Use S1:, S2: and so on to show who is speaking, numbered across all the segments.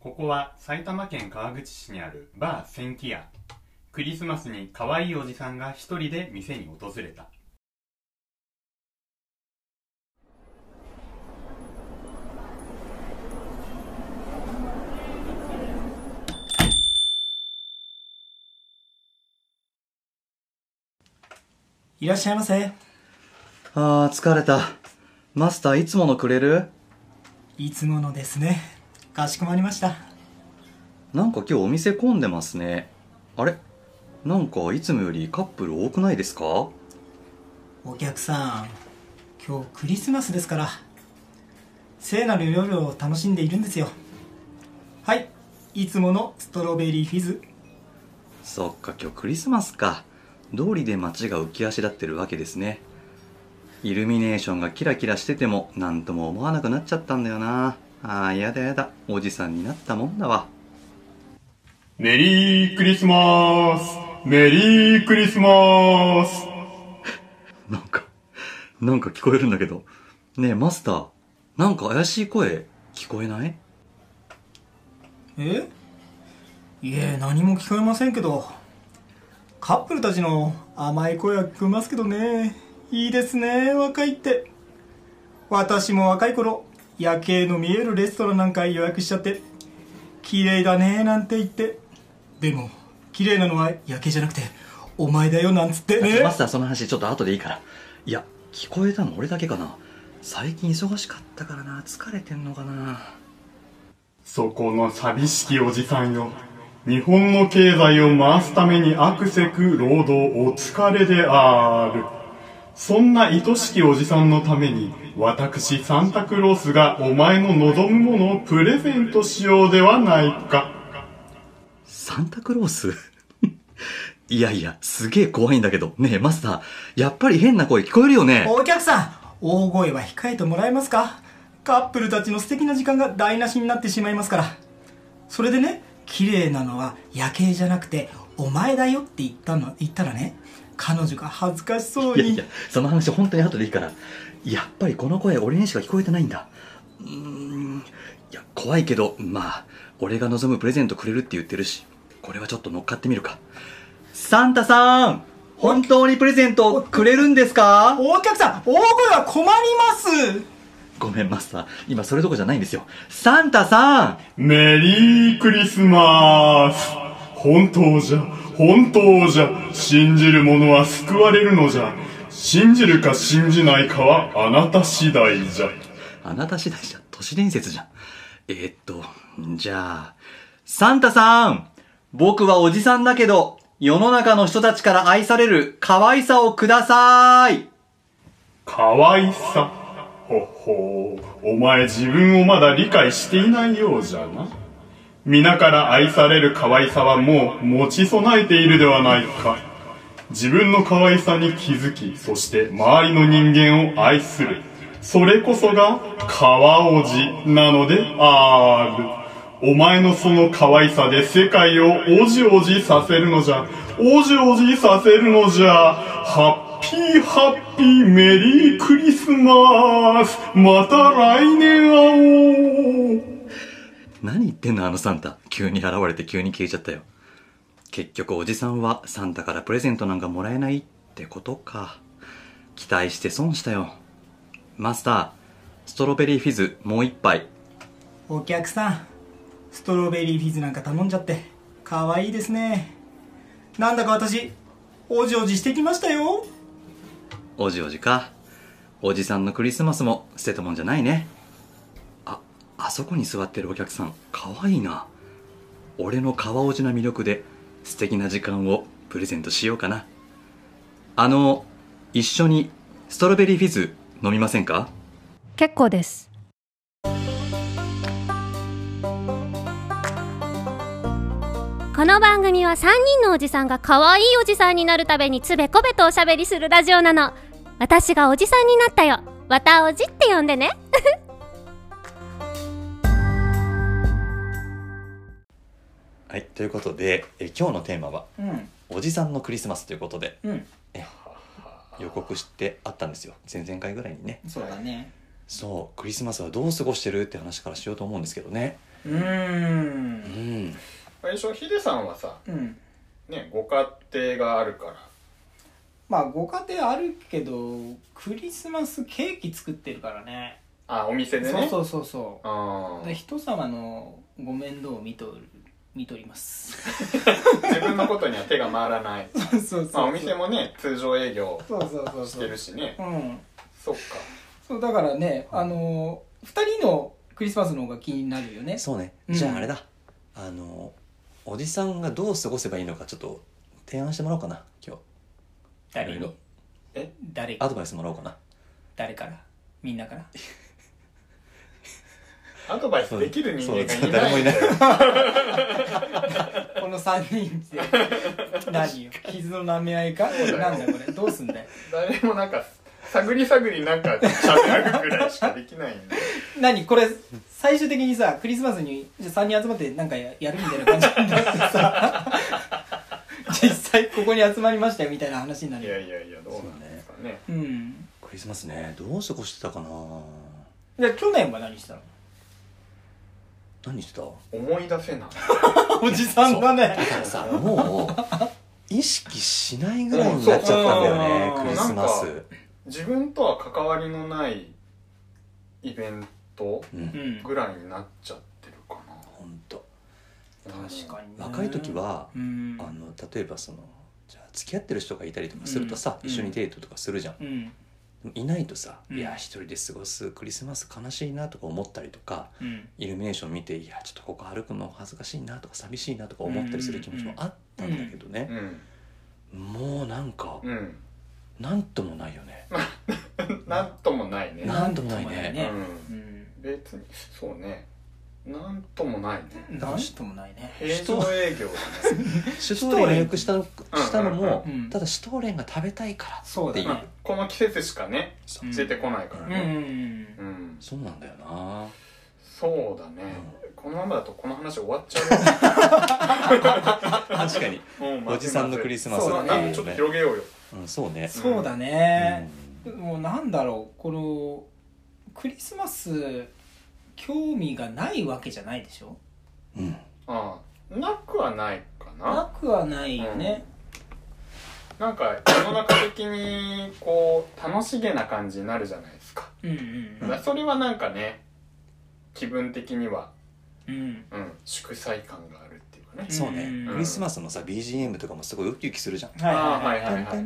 S1: ここは埼玉県川口市にあるバー千木屋クリスマスに可愛いおじさんが一人で店に訪れた
S2: いらっしゃいませ。
S3: あー疲れたマスターいつものくれる
S2: いつものですね。かしこまりました。
S3: なんか今日お店混んでますねあれなんかいつもよりカップル多くないですか
S2: お客さん、今日クリスマスですから、聖なる夜を楽しんでいるんですよ。はい、いつものストロベリーフィズ。
S3: そっか今日クリスマスか通りで街が浮き足立ってるわけですねイルミネーションがキラキラしてても何とも思わなくなっちゃったんだよなあーやだやだおじさんになったもんだわ
S1: メリークリスマスメリークリスマス
S3: なんかなんか聞こえるんだけどねえマスターなんか怪しい声聞こえない
S2: えいえ、何も聞こえませんけど、カップルたちの甘い声は聞こえますけどね。いいですね、若いって。私も若い頃、夜景の見えるレストランなんか予約しちゃって、綺麗だね、なんて言って。でも、綺麗なのは夜景じゃなくて、お前だよ、なんつってね。
S3: マスターその話ちょっと後でいいからいや聞こえたの俺だけかな最近忙しかったからな疲れてんのかな
S1: そこの寂しきおじさんよ日本の経済を回すためにあくせく労働お疲れであるそんな愛しきおじさんのために私サンタクロースがお前の望むものをプレゼントしようではないか
S3: サンタクロース いやいやすげえ怖いんだけどねえマスターやっぱり変な声聞こえるよね
S2: お客さん、大声は控えてもらえますかカップルたちの素敵な時間が台無しになってしまいますから。それでね、綺麗なのは夜景じゃなくて、お前だよって言ったの、言ったらね、彼女が恥ずかしそう
S3: いや
S2: に。
S3: いやその話本当に後でいいからやっぱりこの声俺にしか聞こえてないんだうーんいや怖いけどまあ俺が望むプレゼントくれるって言ってるしこれはちょっと乗っかってみるかサンタさん本当にプレゼントくれるんですか
S2: お客さん、大声は困ります
S3: ごめんマスター今それどころじゃないんですよサンタさん
S1: メリークリスマス本当じゃ、本当じゃ、信じる者は救われるのじゃ。信じるか信じないかはあなた次第じゃ。
S3: あなた次第じゃん都市伝説じゃんえーっとじゃあサンタさん僕はおじさんだけど世の中の人たちから愛される可愛さをください
S1: かわいさ。ほほう、お前自分をまだ理解していないようじゃな。皆から愛される可愛さはもう持ち備えているではないか。自分の可愛さに気づき、そして周りの人間を愛する。それこそが、川おじなのである。お前のその可愛さで世界をおじおじさせるのじゃ。おじおじさせるのじゃ。ハッピーハッピーメリークリスマス。また来年会おう。
S3: 何言ってんのあのサンタ急に現れて急に消えちゃったよ結局おじさんはサンタからプレゼントなんかもらえないってことか期待して損したよマスターストロベリーフィズもう一杯
S2: お客さん、ストロベリーフィズなんか頼んじゃって、可愛いですね。なんだか私、おじおじしてきましたよ。
S3: おじおじかおじさんのクリスマスも捨てたもんじゃないねああそこに座ってるお客さんかわいいな俺の川おじな魅力で素敵な時間をプレゼントしようかなあの一緒にストロベリーフィズ飲みませんか
S4: 結構ですこの番組は3人のおじさんが可愛いおじさんになるためにつべこべとおしゃべりするラジオなの私がおじさんになったよわたおじって呼んでね
S3: はいということでえ今日のテーマは
S2: うん、
S3: 「おじさんのクリスマス」ということで
S2: うん、
S3: 予告してあったんですよ前々回ぐらいにね
S2: そうだね。
S3: そうクリスマスはどう過ごしてるって話からしようと思うんですけどね
S2: うーん
S3: うん
S5: 最初ヒデさんはさ
S2: うん
S5: ねご家庭があるから
S2: まあご家庭あるけどクリスマスケーキ作ってるからね
S5: あお店で
S2: そ
S5: ね
S2: うそううそうそ
S5: あ
S2: う
S5: ー
S2: で人様のご面倒を見とる見とります
S5: 自分のことには手が回らない
S2: そうそうそう
S5: まあお店もね通常営業
S2: そうそうそう
S5: し
S2: そ
S5: て
S2: う
S5: るしね
S2: うん
S5: そっか
S2: そうだからねあのー、2人のクリスマスの方が気になるよね
S3: そうね
S2: うん
S3: じゃああれだ、あのおじさんがどう過ごせばいいのかちょっと提案してもらおうかな今日
S2: 誰
S3: いろい
S2: に
S3: ろ
S5: え
S2: 誰
S3: アドバイスもらおうかな
S2: 誰からみんなから
S5: アドバイスできる人間
S3: そう
S5: が
S3: 誰も
S5: い
S3: いな
S5: ない
S3: い
S2: この3人で何よ傷の舐め合いかなんだこれどうすんだよ
S5: 誰もなんか探り探りなんか喋るぐらいしかできないんで
S2: 何これ最終的にさクリスマスにじゃあ3人集まってなんかややるみたいな感じになって さ実際ここに集まりましたよみたいな話にないるよ
S5: やいやいやどうなんですかね
S2: うん
S3: クリスマスねどう過ごしてたかな
S2: じゃあ去年は何したの
S3: 何してた
S5: 思い出せない
S2: おじさんがね
S3: だからさもう意識しないぐらいになっちゃったんだよ
S2: う
S3: ね
S2: ん
S3: クリスマス
S5: なん自分とは関わりのないイベント
S3: うん
S2: うん
S5: ぐらいになっちゃってるか
S3: ほんと
S5: な
S2: 確かにね
S3: 若い時は、
S2: うん
S3: あの例えばそのじゃあ付き合ってる人がいたりとかするとさ、
S2: うん
S3: 一緒にデートとかするじゃん、
S2: うん
S3: でもいないとさ、
S2: うん
S3: いや一人で過ごすクリスマス悲しいなとか思ったりとか
S2: うん
S3: イルミネーション見ていやちょっとここ歩くの恥ずかしいなとか寂しいなとか思ったりする気持ちもあったんだけどね、
S5: うん
S3: もうなんか
S5: うん
S3: なんともないよね、
S5: なんともないね
S3: なんともないね
S2: なんとも
S5: う
S2: ね
S5: ん
S2: うん
S5: 別にそうねなんともないね
S2: なんともないね
S5: 平常営業だね
S3: シュトーレン予約したの
S5: うん
S3: したのも、
S2: うんうん
S3: ただシュトーレンが食べたいから
S2: そうだ
S3: ってい
S2: ね
S5: この季節しかね
S3: そう
S2: うん
S5: ついてこないから
S2: うんうん
S5: ね
S2: うん
S5: うん
S3: そうなんだよな
S5: そうだねこのままだとこの話終わっちゃ
S3: 確かに
S5: う よもうまずい
S3: おじさんのクリスマス
S5: そうだね
S3: ね
S5: ちょっと広げようよ
S3: うん、そうね
S2: そうだねもうなんだろうこのクリスマス興味がないわけじゃないでしょ
S3: うん、うん
S5: ああなくはないかな
S2: なくはないよね、
S5: なんか世の中的にこう楽しげな感じになるじゃないですか,、
S2: うん、うんうん
S5: それはなんかね気分的には、
S2: うん
S5: うん、祝祭感があるっていうかね、
S3: そうね、
S2: うん
S3: クリスマスのさ BGM とかもすごいウキウキするじゃん
S2: はい
S5: ああ
S2: は
S5: はいい
S3: 「て
S5: は
S3: ん
S5: いは
S3: てん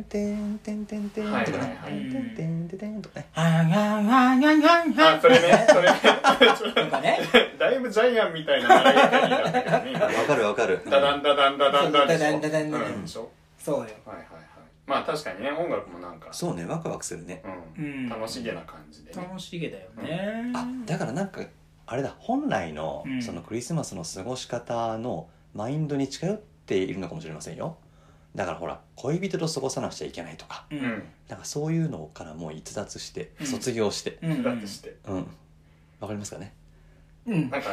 S5: い
S3: てんてんてんてん」とか
S5: はいはい
S3: ね「
S5: は
S3: て
S5: い
S3: んてんてんてんてん」とかね
S2: あーがんがんがんがんが
S5: あ
S2: ん
S5: それねそれね
S2: とかね
S5: だいぶジャイアンみたいな長い感じだったけどね今ね
S3: わかるわかる
S5: ダダンダダンダダンダンでしょ
S2: ダダンダダンダダン
S5: うんでしょ
S2: そうよ
S5: はいはいはいまあ確かにね音楽もなんか、
S3: そうねワクワクするね
S2: う
S5: う
S2: ん
S5: ん、楽しげな感じでね
S2: 楽しげだよね
S3: あだからなんかあれだ本来の
S2: うん
S3: そのクリスマスの過ごし方のマインドに近寄っているのかもしれませんよだからほら恋人と過ごさなくちゃいけないとか
S2: う
S5: うんん
S3: なんかそういうのからもう逸脱して
S2: うん
S3: 卒業して
S2: うん
S5: だってして
S3: うんわ、かりますかね
S2: うん
S5: なんか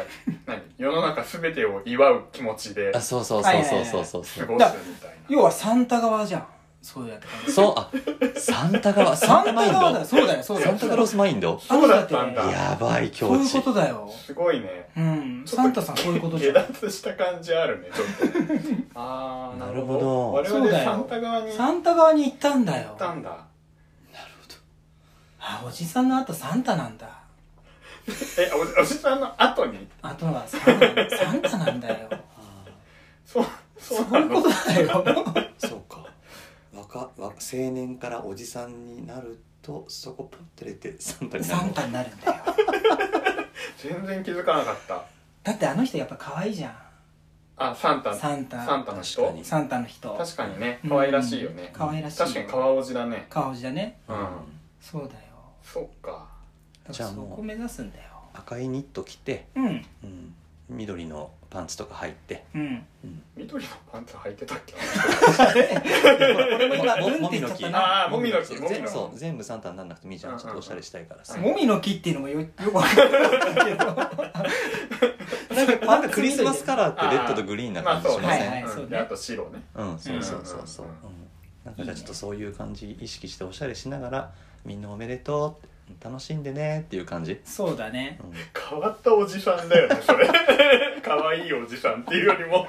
S5: 何世の中全てを祝う気持ちで
S3: あそうそうそうそうそうそうそ
S5: 過
S3: う
S5: ごすみたいな
S2: 要はサンタ側じゃんそう やって感じ
S3: そうあサンタ側サ
S2: サ
S3: ン
S2: ン
S3: タ
S2: タ
S3: マイン
S2: 側だよ
S3: ド
S2: そうだよそうだよ
S3: サンタクロースマインド
S5: そうだったんだ
S3: やばい
S2: そう
S3: 境
S2: いう
S3: 地
S2: ことだよ
S5: すごいね
S2: うんサンタさんそういうことじ
S5: 下
S2: ゃん
S5: 脱した感じあるねちょっとああなるほど
S3: なる
S5: 我
S2: ほどそ
S5: 々
S2: うだよ
S5: サンタ側に行
S2: サンタ側に行ったんだよ
S5: ったんだ
S2: あおじさんの後サンタなんだ
S5: えおじおじさんの後に
S2: あとはサンタサンタなんだよ
S5: そうそう
S2: そう
S5: な
S2: いうこ
S5: の
S2: とだよ
S3: そうか若若青年からおじさんになるとそこポンって出てサンタにな
S2: サ
S3: る
S2: ン
S3: の
S2: タになるんだよ
S5: 全然気づかなかった
S2: だってあの人やっぱ可愛いじゃん
S5: あサンタ
S2: サンタ
S5: サンタの人
S3: 確かに
S2: サンタの人
S5: 確かにね可愛らしいよね
S2: うん可愛らしい
S5: 確かに川おじだね
S2: 顔じゃね
S5: うん
S2: そうだよ
S5: そっか
S2: だ
S3: じ
S2: か
S3: ゃ
S2: ら
S3: あ
S2: そ
S3: もう
S2: こ目指すんだよ
S3: 赤いニット着て、
S2: うん
S3: うん、緑のパンツとか入って
S2: うん
S5: 緑のパンツ履いてたっ け
S2: 俺も今
S3: も
S2: うん
S3: も
S2: って
S3: み
S2: 言っちゃ
S3: の
S2: っ
S3: 木
S2: たな
S5: あーもみの木もみ
S3: 全
S5: の
S3: 部
S5: 木
S3: そう全部サンタにならなくてもいいじゃんちょっとおしゃれしたいからさ
S2: もみの木っていうのもよよくわかんない けど
S3: なんかなんかクリスマスカラーってレッドとグリーンな感じしま
S5: まあ
S3: せ
S5: そ
S3: ん、
S5: う
S2: はい
S5: ね
S2: はいそうね
S5: うんであと白ね
S3: うんそうそうそうそう、
S5: うん
S3: うんなんかじゃあちょっとそういう感じ意識しておしゃれしながらみんなおめでとうって、楽しんでねっていう感じ
S2: そうだね
S5: 変わったおじさんだよねそれ 可愛いおじさんっていうより も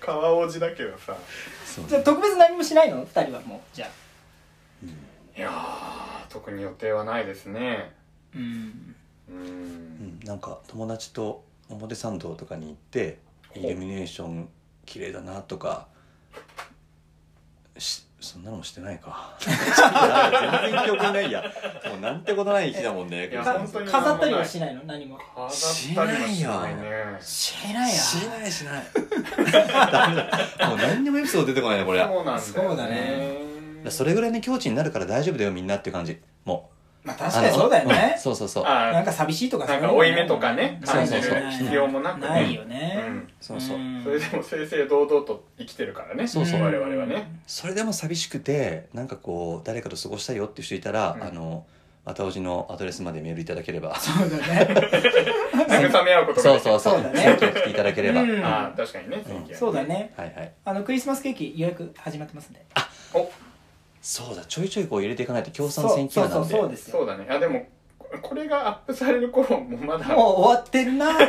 S5: 川おじだけどさ
S3: そう
S2: じゃあ特別何もしないの二人はもうじゃあ
S5: いやー特に予定はないですね
S2: うん
S5: う
S3: うんん、なんか友達と表参道とかに行ってイルミネーション綺麗だなとかしそんなのもしてないか全然記憶ないやもうなんてことない日だもんね
S5: いや
S2: か
S5: 本当に
S2: 飾ったりはしないの何も
S5: 飾ったりはしないね
S2: しないや
S3: しないしないダメだもう何にもエピソード出てこないねこれ
S5: そうなんだよ
S2: そうだね
S3: それぐらいの境地になるから大丈夫だよみんなっていう感じも
S2: まあ
S3: う
S2: 確かにそうだよ
S3: あのん
S2: ね
S3: そうそうそう
S5: あ
S2: なんか寂しいとか
S5: なんか負い目とかね
S3: そうそうそう
S2: 感じる
S5: 必要もなくね
S2: ないよ
S5: う
S2: ね
S5: ん
S3: そうそう
S2: うん
S5: それでも正々堂々と生きてるからね
S3: そうそう
S5: 我々はね
S3: それでも寂しくてなんかこう誰かと過ごしたいよっていう人いたら、
S5: うん
S3: あの綿おじのアドレスまでメールいただければ
S2: そうだね
S5: 慰め合うことが
S3: そう
S5: でき
S3: そ
S5: る
S3: うそう
S2: そうだね
S3: 選挙来ていただければ、
S2: うん
S3: はい
S5: あー確かにね
S3: うん
S2: そうだね
S3: はい
S2: あのクリスマスケーキ予約始まってますんで
S5: お
S3: そうだちょいちょいこう入れていかないと共産選挙な
S2: そうそ
S3: んで
S2: うそうそうです
S5: そ
S2: よ
S5: うだねあでもこれがアップされる頃もまだ
S2: もう終わってるな
S3: 終わ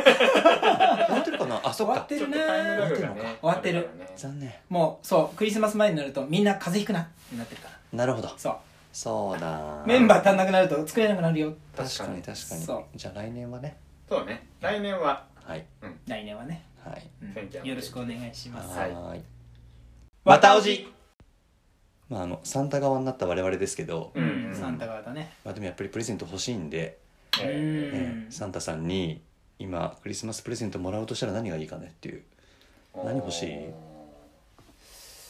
S3: ってるかなあそ
S2: 終わ
S3: っ
S2: っ
S3: か
S2: て
S5: ちょ
S2: る
S5: っとタイム
S2: な
S5: ラグがね
S3: 終
S2: わってる
S5: あからね
S3: 残念
S2: もうそうクリスマス前になるとみんな風邪ひくなってなってるから
S3: なるほど
S2: そ
S3: そうだ
S2: うメンバー足んなくなると作れなくなるよ
S3: 確かに確かに
S2: そう
S3: じゃあ来年はね
S5: そうね来年は
S3: はい
S2: 来年はね、
S3: はい
S2: うん
S5: 選挙は
S2: よろしくお願いします
S5: はい
S3: ーい
S2: わ
S3: 綿
S2: た
S3: おじまああのサンタ側になった我々ですけど、
S5: うん
S2: サンタ側だね
S3: まあ、でもやっぱりプレゼント欲しいんで、
S2: う
S5: え
S3: え
S2: ん
S3: ーサンタさんに今クリスマスプレゼントもらうとしたら何がいいかねっていう
S5: ー
S3: 何欲しい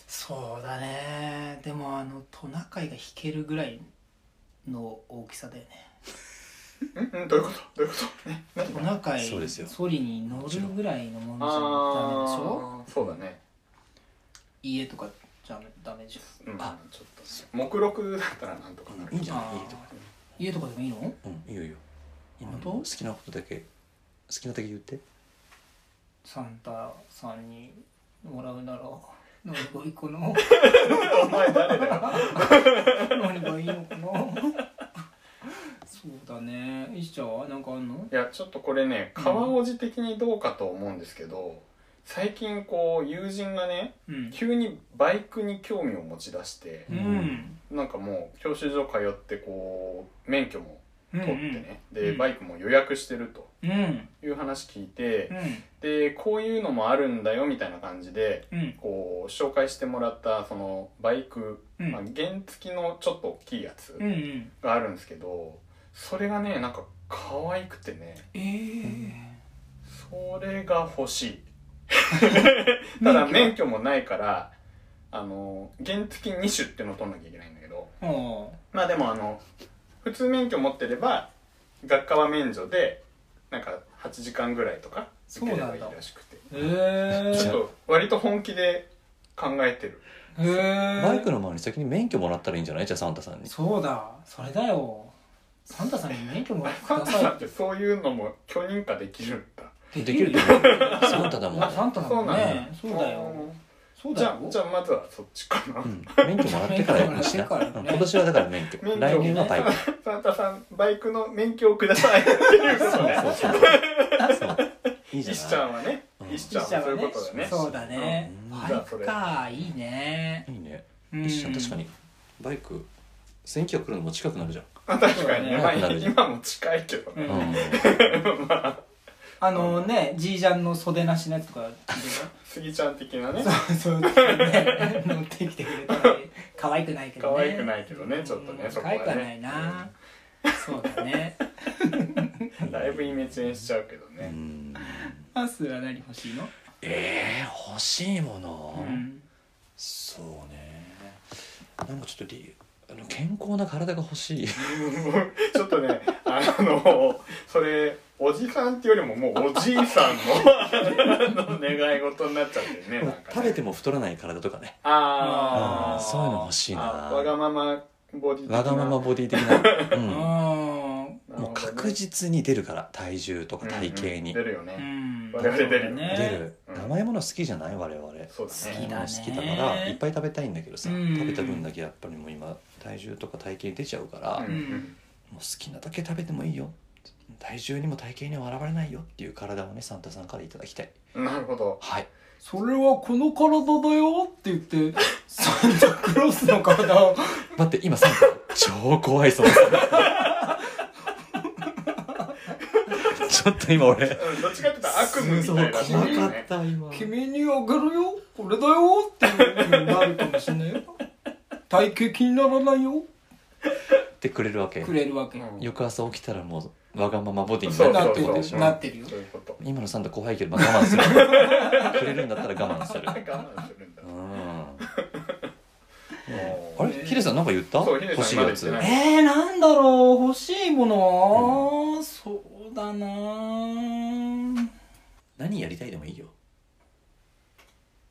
S2: そうだねでもあのトナカイが弾けるぐらいの大きさだよね
S5: んんどういうことどういうことね
S2: トナカイ
S3: そうですよ
S2: ソリに乗るぐらいのものじゃダメでしょ
S5: ああそうだね
S2: 家とかじゃダメでしょ
S5: うん
S3: あ
S5: ちょっと目録だったらなんとかなる
S3: いいんじゃない
S2: あー
S3: いいとか
S2: 家とかでもいいの
S3: うんいいよいいよ今
S2: 本当
S3: 好きなことだけ好きなだけ言って
S2: サンタさんにもらうなら何がいいかなお前誰だよ何がいいのかなそうだね石ちゃんは何かあんの
S5: いやちょっとこれね川おじ的にどうかと思うんですけど最近こう友人がね
S2: うん
S5: 急にバイクに興味を持ち出して
S2: う
S3: うんん
S5: なんかもう教習所通ってこう免許も
S2: うん
S5: 取ってねで
S2: うん
S5: バイクも予約してると
S2: うんうん
S5: いう話聞いて
S2: うん
S5: でこういうのもあるんだよみたいな感じで
S2: うん
S5: こう紹介してもらったそのバイク、
S2: うん
S5: まあ、原付きのちょっと大きいやつ
S2: うんうん
S5: があるんですけどそれがねなんか可愛くてね
S2: えー
S5: それが欲し いただ免許もないからあの原付き2種っていうのを取んなきゃいけないんだけど
S2: あ
S5: まあでもあの普通免許持ってれば学科は免除でなんか8時間ぐらいとか受ければいいらしくて
S2: ーえ
S5: ちょ
S2: ー
S5: っと割と本気で考えてる
S2: えー
S3: バイクの周り先に免許もらったらいいんじゃないじゃあサンタさんに
S2: そうだそれだよサンタさんに免許もらってく
S5: サン
S2: だ
S5: タ
S2: さい
S5: さんってそういうのも許認可できるんだ
S3: できると
S2: よ
S3: 思うサンタだもん
S2: あサンタだ
S5: そ
S2: も
S5: うんなんだ
S2: ねそうだよそうだ
S5: じゃ
S2: よ
S5: あじゃあまずはそっちかな
S3: うん免許もらってからにしな
S2: 免許もらってからね
S3: うん今年はだから免許
S5: 免許
S3: 来年はバイク
S5: サンタさんバイクの免許をくださいっていうことね
S3: そうそうそういいじ
S5: 石
S3: ゃ
S5: ちゃ
S3: なん
S5: はね
S3: うん
S5: 石ちゃんはそういうことだね
S2: そうだね
S3: うん
S2: バイクかいいね
S3: いいいね
S2: うん
S3: 一緒確かにバイク選挙来るのも近くなるじゃん
S5: あ確かにね
S2: そう
S5: ま
S3: だ
S5: あ
S3: ね
S5: 今も近いけどね
S2: うん
S3: う
S2: あのねじいちゃんの袖なしのやつとか
S5: 杉ちゃん的なね
S2: そうそうね乗ってきてくれたり可愛くないけどね
S5: 可愛くないけどねちょっとね
S2: うん
S5: そこ
S2: 可
S5: は
S2: 愛
S5: ね
S2: くはないなそうだね
S5: だいぶイメチェンしちゃうけどね
S3: ん
S2: アスは何欲しいの
S3: えー欲しいもの
S2: うん
S3: そうねなんかちょっと理あの健康な体が欲しい
S5: ちょっとねあのそれおじさんっていうよりももうおじいさんのあの願い事になっちゃってるねなんかね
S3: 食べても太らない体とかねう
S5: あ
S3: ん
S5: あ
S3: そういうの欲しいな
S5: あわがままボディ的な
S3: わがままボディ的な、
S2: う
S3: うんん、
S5: なる
S3: もう
S5: ほどね
S3: 確実に出るから体重とか体型
S5: うんうん
S3: に、
S5: 出るよ
S2: う
S5: ね
S2: ん
S5: 我々出るよ
S2: ね
S3: 出る
S5: うん
S3: 甘いもの好きじゃない我々
S5: そう
S2: 好き
S5: だね
S2: だね
S3: 好きだからいっぱい食べたいんだけどさ
S2: うん
S3: 食べた分だけやっぱりもう今体重とか体型出ちゃうからも
S5: う
S3: うん好きなだけ食べてもいいよ体重にも体型には笑われないよっていう体をねサンタさんからいただきたい
S5: うんなるほど
S3: はい
S2: それはこの体だよって言って、サンタクロースの体を、
S3: 待って今サンタ超怖いそう ですちょっと今俺
S5: うんどっちかっていうと悪夢み
S3: そう
S5: たいな
S3: 怖かっ
S5: ね
S3: た今
S2: 君にあげるよ、これだよっていうになるかもしれないよ。 体型気にならないよ、
S3: ってくれるわけ
S2: くれるわけ。
S5: うん
S3: 翌朝起きたらもうわがままボディに
S5: そう
S3: な
S2: な
S3: っ
S2: ってて
S3: る
S2: る
S3: わけで
S5: そ
S3: し
S5: う
S3: ょ
S5: そう
S2: なってるよ
S5: そういうこと
S3: 今のサンタ怖いけど、まあ、我慢するくれるんだったら我慢する
S5: 我慢するんだ
S3: うん
S5: あ
S3: あれヒデさんなんか言った
S5: そうヒデさん
S3: 欲しいやつ
S5: まだ言ってない
S2: えー、なんだろう、欲しいもの、そうだなぁ
S3: 何やりたいでもいいよ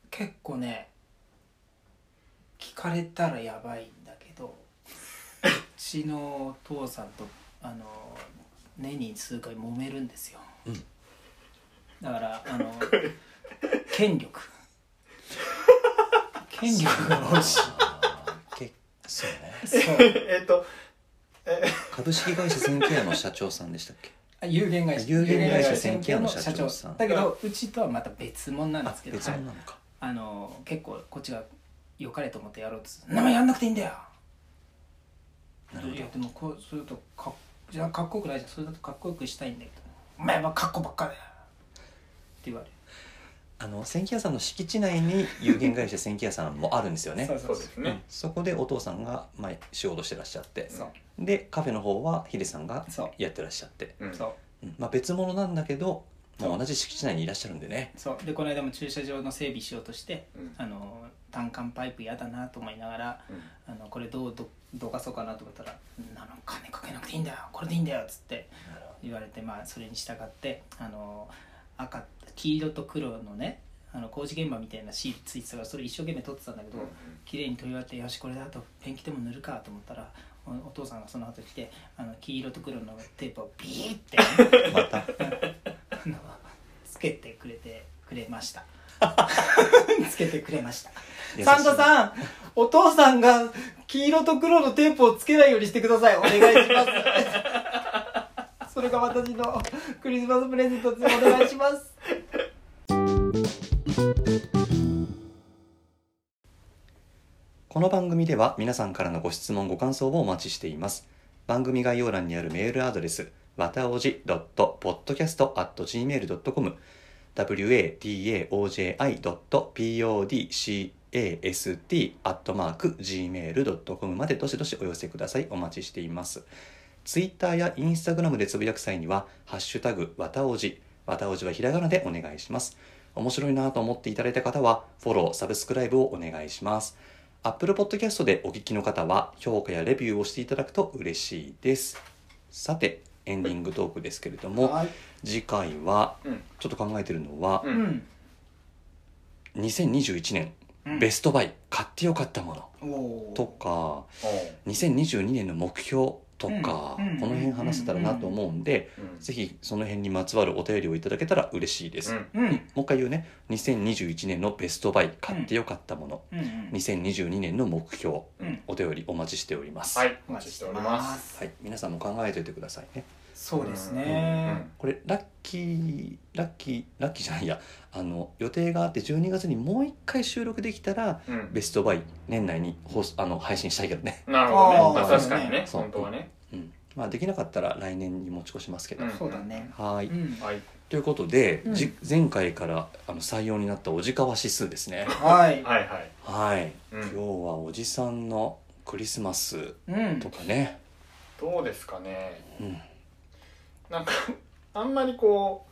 S2: 結構ね、聞かれたらやばいんだけど、うちのお父さんと、あの、年に数回揉めるんですよ。だから、あの、権力。 権力が欲しい。
S3: けそうね
S2: そう。
S5: えっと
S3: 株式会社センケアの社長さんでしたっけ
S2: あ有限会社。
S3: 有限
S5: 会社
S3: 千家屋の社長さん
S2: だけど、うちとはまた別物なんですけど、
S3: 別物なのか
S2: あの結構こっちが良かれと思ってやろうとする名前やんなくていいんだよ
S3: なるほ
S2: い
S3: ど
S2: やでもこうするとかっじゃあかっこよくないじゃんそれだとかっこよくしたいんだけどお前はかっこばっかだよって言われる
S3: あの千家屋さんの敷地内に有限会社千家屋さんもあるんですよね
S2: そう
S5: そうですね
S3: そこでお父さんが、まあ、仕事してらっしゃって
S2: そう
S3: でカフェの方はヒデさんが
S2: そう
S3: やってらっしゃって、
S5: うん
S2: そう
S3: うんまあ、別物なんだけど、まあ、同じ敷地内にいらっしゃるんで ね
S2: そうでこの間も駐車場の整備しようとして、
S5: うん
S2: あの単管パイプ嫌だなと思いながら、あのこれどうどどかそうかなと思ったら「なの金かけなくていいんだよこれでいいんだよ」っつって言われて、まあ、それに従ってあの赤黄色と黒のねあの工事現場みたいなシールついてたからそれ一生懸命取ってたんだけど、
S5: うん
S2: 綺麗に取り終わって「よしこれだ」とペンキでも塗るかと思ったらおお父さんがその後来てあの黄色と黒のテープをビーって。
S3: また
S2: あのつけてくれてくれましたつけてくれました
S3: 優しい
S2: サンタさんお父さんが黄色と黒のテープをつけないようにしてくださいお願いしますそれが私のクリスマスプレゼントですお願いします
S3: この番組では皆さんからのご質問ご感想をお待ちしています番組概要欄にあるメールアドレスわたおじ .podcast.gmail.com wataoji.podcast.gmail.com までどしどしお寄せくださいお待ちしていますツイッターやインスタグラムでつぶやく際には「ハッシュタグわたおじ」わたおじはひらがなでお願いします面白いなと思っていただいた方はフォローサブスクライブをお願いします Apple Podcast でお聞きの方は評価やレビューをしていただくと嬉しいですさてエンディングトークですけれども、
S2: はい
S3: 次回は
S5: うん
S3: ちょっと考えてるのは
S5: う
S2: うんん
S3: 2021年
S2: うん
S3: ベストバイ買ってよかったもの
S2: おお
S3: とか
S5: おう
S3: 2022年の目標とか
S2: うん
S3: この辺話せたらなと思うんで
S5: うん
S3: ぜひその辺にまつわるお便りをいただけたら嬉しいです
S5: う
S3: も
S2: う
S5: ん
S2: ん
S3: う一回言うね2021年のベストバイ買ってよかったもの
S2: うんうん
S3: 2022年の目標
S2: うん
S3: お便りお待ちしております
S5: は
S3: はい
S5: いお待ちしております
S3: はい皆さんも考えておいてくださいね
S2: そうですね、
S3: これラッキーラッキーラッキーじゃないやあの予定があって12月にもう一回収録できたら
S5: うんうん
S3: ベストバイ年内に放送あの配信したいけどね、
S5: なるほどね
S2: あー
S5: まあ確かにね
S3: そう
S5: 本当はね
S3: うんまあ、できなかったら来年に持ち越しますけど、
S5: うん
S2: そうだね
S3: はーい、
S2: うん
S5: はい
S3: ということで、
S2: うん
S3: じ前回からあの採用になったおじかわ指数ですね
S2: はい
S5: はいはい
S3: はい、
S5: うん
S3: 今日はおじさんのクリスマス
S2: うん
S3: とかね、
S5: どうですかね
S3: うん、
S5: なんかあんまりこ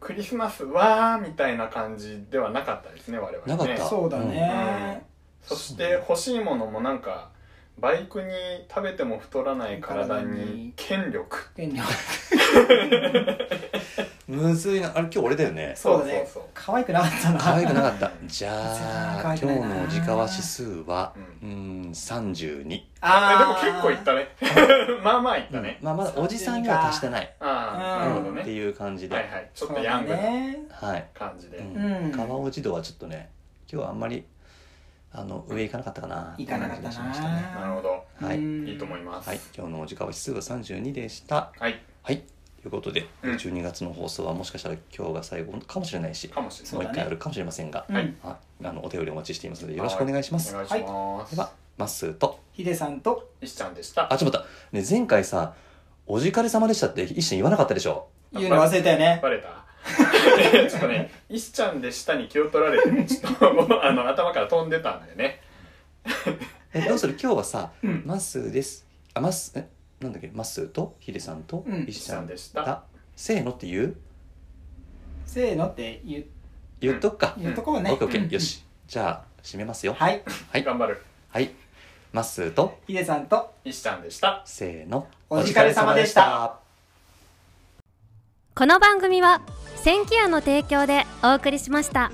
S5: うクリスマスはみたいな感じではなかったですね我々ね
S3: なかった
S2: そうだね、
S5: そして欲しいものもなんかバイクに食べても太らない体に権力
S2: 権力
S3: むずいなあれ今日俺だよね
S5: そうそうそう
S2: 可愛くなかったな
S3: 可愛くなかったじゃあ
S2: 可
S3: 今
S2: 愛
S3: 日
S2: くないな
S3: のおじかわ指数はう
S5: うん
S3: 32、
S5: えでも
S2: あー
S5: 結構いったね まあまあいったね、
S3: まあまだおじさんには達してない
S5: ああなるほど
S3: っ
S5: ね
S3: てっていう感じで、
S5: はいはいちょっとヤングな
S2: ね
S3: はい
S5: 感じで、
S3: う、
S2: うんん
S3: 川落ち度はちょっとね今日はあんまりあの上行かなかったかな
S2: 行かなかった
S3: っ
S2: な
S3: て感じがしましたね
S5: なるほど
S3: はい
S2: うん
S5: いいと思います
S3: はい今日のお時間は指数が32でした
S5: はい
S3: はいということで、
S5: うん
S3: 12月の放送はもしかしたら今日が最後かもしれないし
S5: かもしれ
S3: も
S5: な
S3: う
S5: い
S3: 一回あるかもしれませんが、
S2: うん
S5: はい
S3: はいあのお便りお待ちしていますのでよろしくお願いします、
S5: お願いします、
S3: ではまっすーと
S2: ヒデさんと
S5: 石ちゃんでした
S3: あちょっと待ったね前回さお疲れ様でしたって一瞬言わなかったでしょ
S2: 言うの忘れたよね
S5: バレた ちょっとね石ちゃんで下に気を取られてねちょっともうあの頭から飛んでたんでね
S3: えどうする今日はさ、まっすーですあまっすえなんだっけまっすーとヒデさんと
S2: うん
S3: 石ちゃんでし
S5: 石ちゃんでした
S3: たせーのって言う
S2: せーのって言う
S3: 言っとくか、
S2: 言うとこはね
S3: オッケーオッケ
S2: う
S3: ー
S2: ん
S3: よしじゃあ締めますよはい、
S2: はい
S5: 頑張る
S3: まっすーと
S2: ヒデさんと
S5: 石ちゃんでした
S3: せーの
S2: お疲れ様でした
S4: この番組は「千キヤの提供でお送りしました。